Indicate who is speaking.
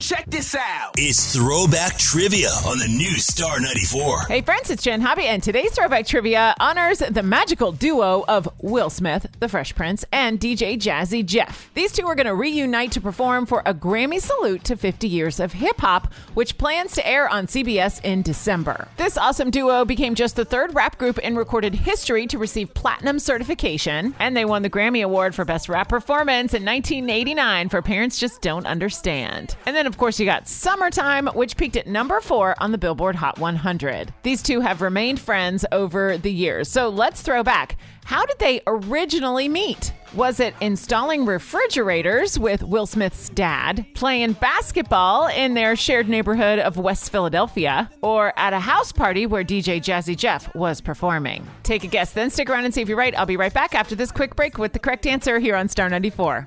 Speaker 1: Check this out.
Speaker 2: It's Throwback Trivia on the new Star 94.
Speaker 3: Hey friends, it's Jen Hobby, and today's throwback trivia honors the magical duo of Will Smith, the Fresh Prince, and DJ Jazzy Jeff. These two are going to reunite to perform for a Grammy salute to 50 years of hip hop, which plans to air on CBS in December. This awesome duo became just the third rap group in recorded history to receive platinum certification, and they won the Grammy Award for Best Rap Performance in 1989 for Parents Just Don't Understand. And then, of course, you got Summertime, which peaked at number four on the Billboard Hot 100. These two have remained friends over the years. So let's throw back. How did they originally meet? Was it installing refrigerators with Will Smith's dad, playing basketball in their shared neighborhood of West Philadelphia, or at a house party where DJ Jazzy Jeff was performing? Take a guess, then stick around and see if you're right. I'll be right back after this quick break with the correct answer here on Star 94.